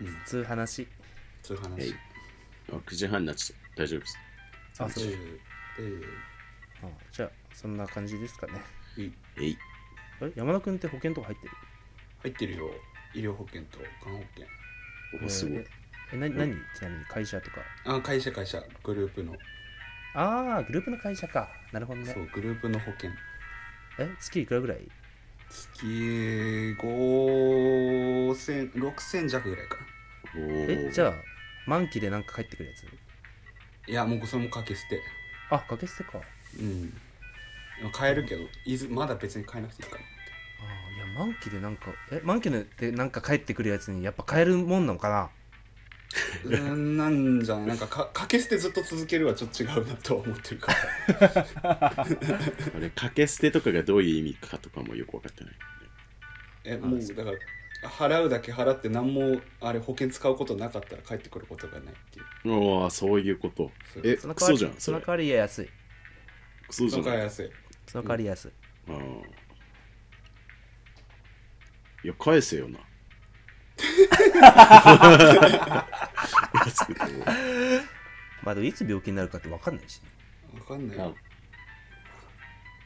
[SPEAKER 4] うん
[SPEAKER 3] つう話
[SPEAKER 4] そういう話、
[SPEAKER 2] はいあ9時半になっちゃった大丈夫です
[SPEAKER 3] あそう
[SPEAKER 4] でで
[SPEAKER 3] うんじゃあそんな感じですかね
[SPEAKER 4] うん
[SPEAKER 2] えい。
[SPEAKER 3] あれ山田君って保険とか入ってる
[SPEAKER 4] 入ってるよ医療保険と看護保険
[SPEAKER 2] おすごい。
[SPEAKER 3] えな何ちなみに会社とか
[SPEAKER 4] あ会社会社グループの、
[SPEAKER 3] ああグループの会社かなるほどね
[SPEAKER 4] そうグループの保険
[SPEAKER 3] え月いくらぐらい
[SPEAKER 4] 月5000 6000弱ぐらいかな
[SPEAKER 2] お
[SPEAKER 3] え
[SPEAKER 2] お。
[SPEAKER 3] じゃ
[SPEAKER 2] あ。
[SPEAKER 3] あ満期でなんか返ってくるやつ
[SPEAKER 4] いやもうそれもかけ捨て
[SPEAKER 3] あ掛け捨てかあ
[SPEAKER 4] うん買えるけどいずまだ別に買えなくていいかな
[SPEAKER 3] あいや満期でなんかえ満期でなんか返ってくるやつにやっぱ買えるもんなのかな
[SPEAKER 4] うーん なんじゃないなんかか掛け捨てずっと続けるはちょっと違うなとは思ってるから
[SPEAKER 2] あれ、掛け捨てとかがどういう意味かとかもよく分かってない。
[SPEAKER 4] えもうだから払うだけ払って何もあれ保険使うことなかったら帰ってくることがないっていう
[SPEAKER 2] おお、そういうこと。
[SPEAKER 4] そう
[SPEAKER 2] え、
[SPEAKER 3] その
[SPEAKER 2] ク
[SPEAKER 3] 代
[SPEAKER 2] ソ
[SPEAKER 3] わ
[SPEAKER 2] じゃ
[SPEAKER 3] り
[SPEAKER 2] ん、
[SPEAKER 3] そ
[SPEAKER 2] そ
[SPEAKER 3] の
[SPEAKER 2] れ
[SPEAKER 3] 代。わりや安い
[SPEAKER 2] クソじゃ
[SPEAKER 4] そ
[SPEAKER 2] ん。
[SPEAKER 4] の
[SPEAKER 2] あ
[SPEAKER 4] 安い
[SPEAKER 3] その代わり安い、
[SPEAKER 2] ーいや、返せよ な。安くても
[SPEAKER 3] まあでもいつ病気になるかって分かんないしね
[SPEAKER 4] 分かんない
[SPEAKER 2] あ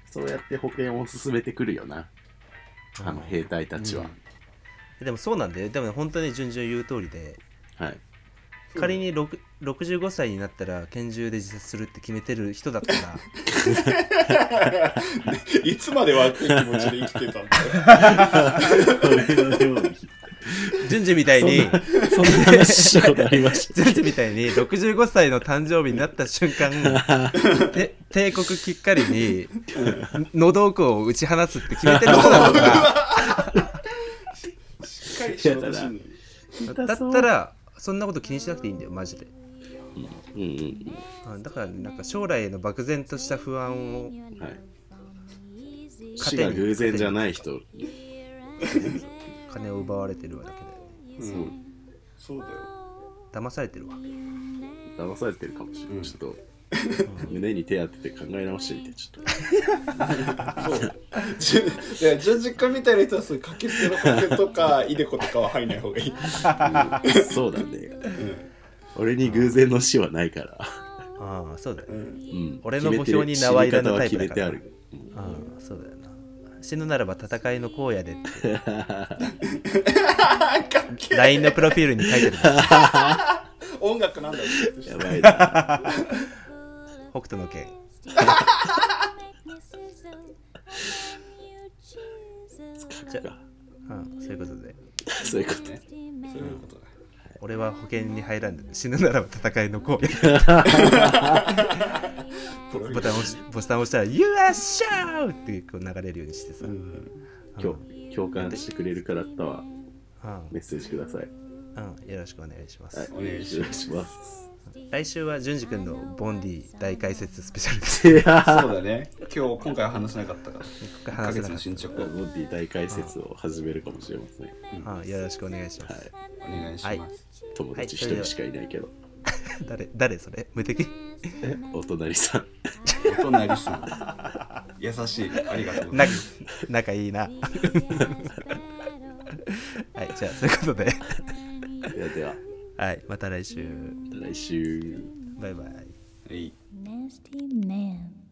[SPEAKER 2] そうやって保険を進めてくるよな、あの兵隊たちは。
[SPEAKER 3] でもそうなんだよでもね本当に順々言う通りで
[SPEAKER 2] はい。
[SPEAKER 3] 仮に6 65歳になったら拳銃で自殺するって決めてる人だったら
[SPEAKER 4] いつまで悪い気持ちで生きてたんだ
[SPEAKER 3] 順々みたいに
[SPEAKER 2] そんな話したことありまし
[SPEAKER 3] 順々みたいに65歳の誕生日になった瞬間 て帝国きっかりにのど奥を打ち放つって決めてる人だったら
[SPEAKER 4] よしっかり仕事しんのに
[SPEAKER 3] だったらそんなこと気にしなくていいんだよマジで
[SPEAKER 2] うんうん
[SPEAKER 3] うんだからなんか将来への漠然とした不安を
[SPEAKER 2] うん。はい。死
[SPEAKER 3] 糧に
[SPEAKER 2] が偶然じゃない人。
[SPEAKER 3] 金を奪われてるわだけだよね
[SPEAKER 4] うんそうだよ
[SPEAKER 3] 騙されてるわ
[SPEAKER 2] 騙されてるかもしれない。ちょっと。胸に手当てて考え直してみてちょっと
[SPEAKER 4] じゅいや十字架みたいな人はそういう掛け捨ての保険とかイデコとかは入んない方がいい
[SPEAKER 2] う ん そうだね俺に偶然の死はないから、
[SPEAKER 3] ああそうだよ
[SPEAKER 4] う
[SPEAKER 3] ね
[SPEAKER 4] ん
[SPEAKER 2] うん、
[SPEAKER 3] 俺の墓標に名はいらぬタイプだ
[SPEAKER 2] 決め
[SPEAKER 3] か
[SPEAKER 2] て
[SPEAKER 3] ら
[SPEAKER 2] ある
[SPEAKER 3] ああそうだよな死ぬならば戦いの荒野でっ
[SPEAKER 4] あかって
[SPEAKER 3] LINE のプロフィールに書いてるから
[SPEAKER 4] 音楽なんだろう
[SPEAKER 2] やばいな
[SPEAKER 3] 北斗の拳 じゃあうんそういうことで
[SPEAKER 2] そういうこと
[SPEAKER 4] ねそういうことだ
[SPEAKER 3] 俺は保険に入らんで死ぬならば戦いの荒野
[SPEAKER 4] プロフィー
[SPEAKER 3] ボ
[SPEAKER 4] ル
[SPEAKER 3] タンを押しボタンを押したら「You are show!」ってこう流れるようにしてさ、
[SPEAKER 4] うん
[SPEAKER 2] 今日共感してくれる方は
[SPEAKER 3] うん
[SPEAKER 2] メッセージください、
[SPEAKER 3] うん、よろしくお願いします、
[SPEAKER 2] はい、
[SPEAKER 4] お願いし
[SPEAKER 2] お願いします
[SPEAKER 3] 来週は淳二君のボンディ大解説スペシャルです
[SPEAKER 2] いや
[SPEAKER 4] そうだね今日今回は話せなかったから
[SPEAKER 3] ここから
[SPEAKER 4] 1ヶ
[SPEAKER 3] 話せな
[SPEAKER 4] 月
[SPEAKER 3] か
[SPEAKER 4] の
[SPEAKER 3] っ
[SPEAKER 4] 進捗
[SPEAKER 2] モ
[SPEAKER 4] を
[SPEAKER 2] ンティ大解説を始めるかもしれません、
[SPEAKER 3] たうんよろしくお願いします、
[SPEAKER 4] お願いします
[SPEAKER 2] 友達一人しかいないけど、
[SPEAKER 3] 誰誰それ無敵
[SPEAKER 2] えお隣さ ん
[SPEAKER 4] お隣さん優しいありがとうござ
[SPEAKER 3] ない
[SPEAKER 4] ます
[SPEAKER 3] 仲いい なはいじゃあそういうことで
[SPEAKER 2] ではでは
[SPEAKER 3] はいまた来週
[SPEAKER 2] また来週
[SPEAKER 3] バイバイ
[SPEAKER 4] はい
[SPEAKER 5] Nasty man.